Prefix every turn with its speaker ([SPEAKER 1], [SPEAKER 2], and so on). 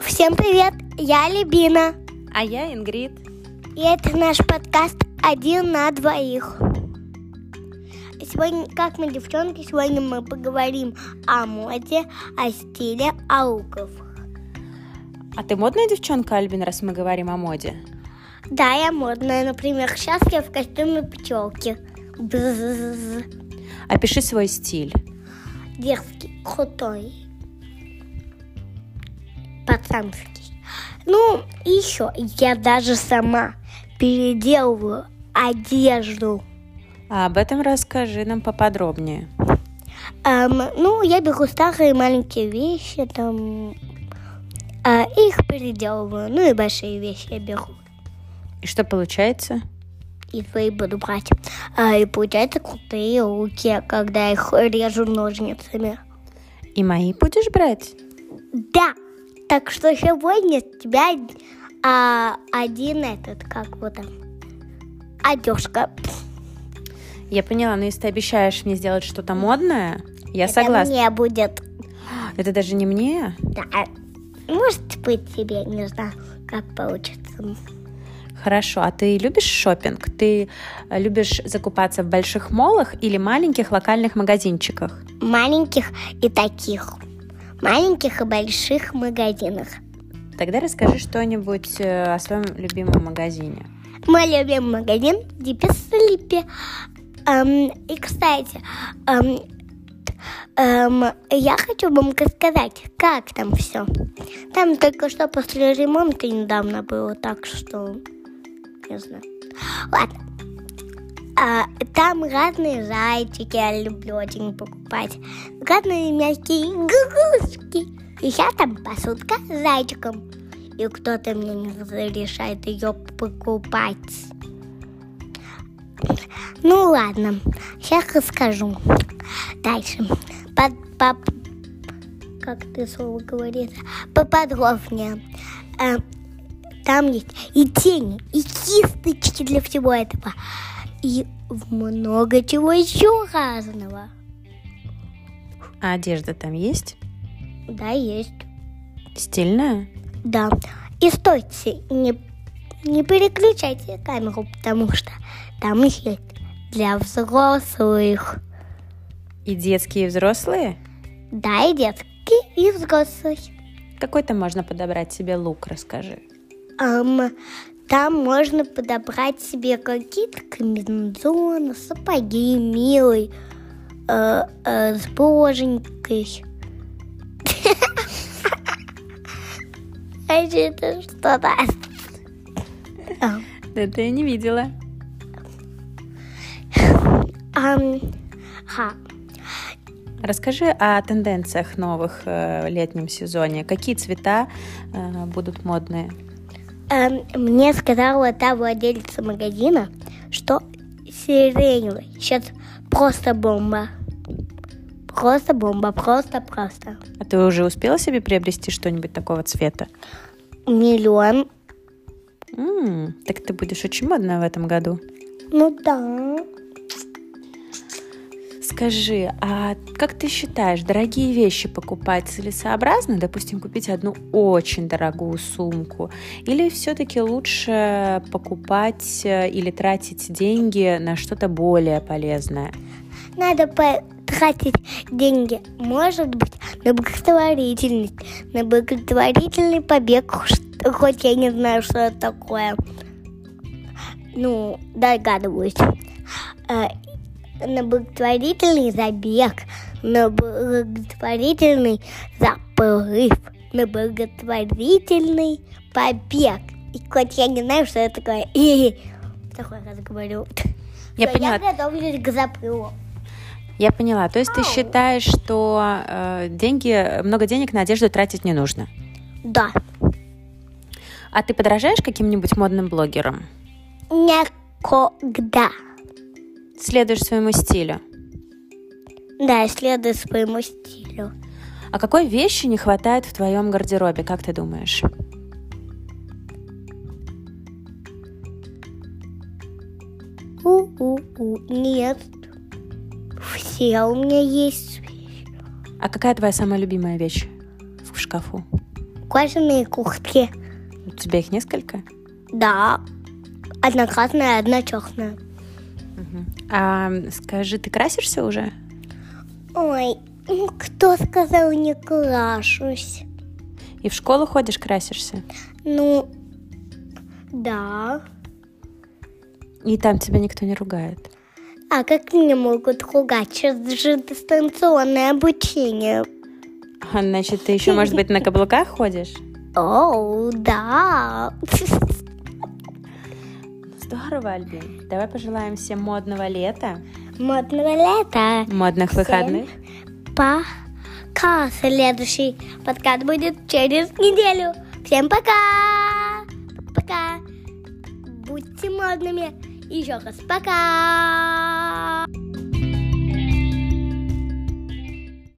[SPEAKER 1] Всем привет, я Лебина.
[SPEAKER 2] А я Ингрид.
[SPEAKER 1] И это наш подкаст «Один на двоих». Сегодня, как мы, девчонки, сегодня мы поговорим о моде, о стиле, о луковых.
[SPEAKER 2] А ты модная девчонка, Альбин, раз мы говорим о моде?
[SPEAKER 1] Да, я модная. Например, сейчас я в костюме пчелки. Бзззз.
[SPEAKER 2] Опиши свой стиль.
[SPEAKER 1] Дерзкий, крутой. Пацанский. Ну, и еще, я даже сама переделываю одежду.
[SPEAKER 2] А об этом расскажи нам поподробнее.
[SPEAKER 1] Эм, ну, я беру старые маленькие вещи, там, э, их переделываю. Ну и большие вещи я беру.
[SPEAKER 2] И что получается?
[SPEAKER 1] И свои буду брать. А, и получается крутые луки, когда я их режу ножницами.
[SPEAKER 2] И мои будешь брать?
[SPEAKER 1] Да, так что сегодня с тебя а, один этот, как вот там, одежка.
[SPEAKER 2] Я поняла, но если ты обещаешь мне сделать что-то модное, я
[SPEAKER 1] Это
[SPEAKER 2] согласна.
[SPEAKER 1] мне будет.
[SPEAKER 2] Это даже не мне?
[SPEAKER 1] Да. Может быть, тебе не знаю, как получится.
[SPEAKER 2] Хорошо, а ты любишь шопинг? Ты э, любишь закупаться в больших молах или маленьких локальных магазинчиках?
[SPEAKER 1] Маленьких и таких. Маленьких и больших магазинах.
[SPEAKER 2] Тогда расскажи что-нибудь э, о своем любимом магазине.
[SPEAKER 1] Мой любимый магазин Дипи Слипи. Эм, и, кстати, эм, т- эм, я хочу вам рассказать, как там все. Там только что после ремонта недавно было, так что не знаю. Ладно. А, там разные зайчики, я люблю очень покупать. Разные мягкие игрушки. И я там посудка с зайчиком. И кто-то мне не разрешает ее покупать. Ну ладно, сейчас расскажу. Дальше. Под, поп- как ты слово говорит? Поподробнее. Э, там есть и тени, и кисточки для всего этого. И много чего еще разного.
[SPEAKER 2] А одежда там есть?
[SPEAKER 1] Да, есть.
[SPEAKER 2] Стильная?
[SPEAKER 1] Да. И стойте, не, не переключайте камеру, потому что там есть для взрослых.
[SPEAKER 2] И детские, и взрослые?
[SPEAKER 1] Да, и детки, и взрослых.
[SPEAKER 2] Какой там можно подобрать себе лук, расскажи.
[SPEAKER 1] Ам, там можно подобрать себе какие-то комбинезоны, сапоги милый, э, э, с боженькой. А это что-то. Ам.
[SPEAKER 2] Это я не видела.
[SPEAKER 1] Ам, ха.
[SPEAKER 2] Расскажи о тенденциях новых э, в летнем сезоне. Какие цвета э, будут модные?
[SPEAKER 1] Эм, Мне сказала та владелица магазина, что сиреневый. Сейчас просто бомба. Просто бомба, просто-просто.
[SPEAKER 2] А ты уже успела себе приобрести что-нибудь такого цвета?
[SPEAKER 1] Миллион.
[SPEAKER 2] М, так ты будешь очень модная в этом году.
[SPEAKER 1] Ну да.
[SPEAKER 2] Скажи, а как ты считаешь, дорогие вещи покупать целесообразно? Допустим, купить одну очень дорогую сумку? Или все-таки лучше покупать э, или тратить деньги на что-то более полезное?
[SPEAKER 1] Надо потратить деньги, может быть, на благотворительность, на благотворительный побег, ш- хоть я не знаю, что это такое. Ну, догадываюсь. Э, На благотворительный забег, на благотворительный заплыв, на благотворительный побег. И хоть я не знаю, что это такое. Такой раз говорю.
[SPEAKER 2] Я
[SPEAKER 1] Всё,
[SPEAKER 2] поняла.
[SPEAKER 1] Я готовлюсь к заплыву.
[SPEAKER 2] Я поняла. То есть ты
[SPEAKER 1] Ау.
[SPEAKER 2] считаешь, что э, деньги, много денег на одежду тратить не нужно?
[SPEAKER 1] Да.
[SPEAKER 2] А ты подражаешь каким-нибудь модным блогерам?
[SPEAKER 1] Никогда.
[SPEAKER 2] Следуешь своему стилю?
[SPEAKER 1] Да, следуй своему стилю.
[SPEAKER 2] А какой вещи не хватает в твоем гардеробе, как ты думаешь?
[SPEAKER 1] У-у-у. Нет. Все у меня есть.
[SPEAKER 2] А какая твоя самая любимая вещь в шкафу?
[SPEAKER 1] кожаные куртки.
[SPEAKER 2] У тебя их несколько?
[SPEAKER 1] Да, одна красная, одна черная.
[SPEAKER 2] А скажи, ты красишься уже?
[SPEAKER 1] Ой, ну кто сказал не крашусь?
[SPEAKER 2] И в школу ходишь, красишься?
[SPEAKER 1] Ну, да.
[SPEAKER 2] И там тебя никто не ругает?
[SPEAKER 1] А как меня могут ругать? Сейчас же дистанционное обучение.
[SPEAKER 2] А, Значит, ты еще, может быть, на каблуках ходишь?
[SPEAKER 1] Оу, да.
[SPEAKER 2] Здорово, Альбин. Давай пожелаем всем модного лета,
[SPEAKER 1] Модного лета.
[SPEAKER 2] модных
[SPEAKER 1] Всем.
[SPEAKER 2] выходных.
[SPEAKER 1] Пока. Следующий подкаст будет через неделю. Всем пока. Пока. Будьте модными. Еще раз пока.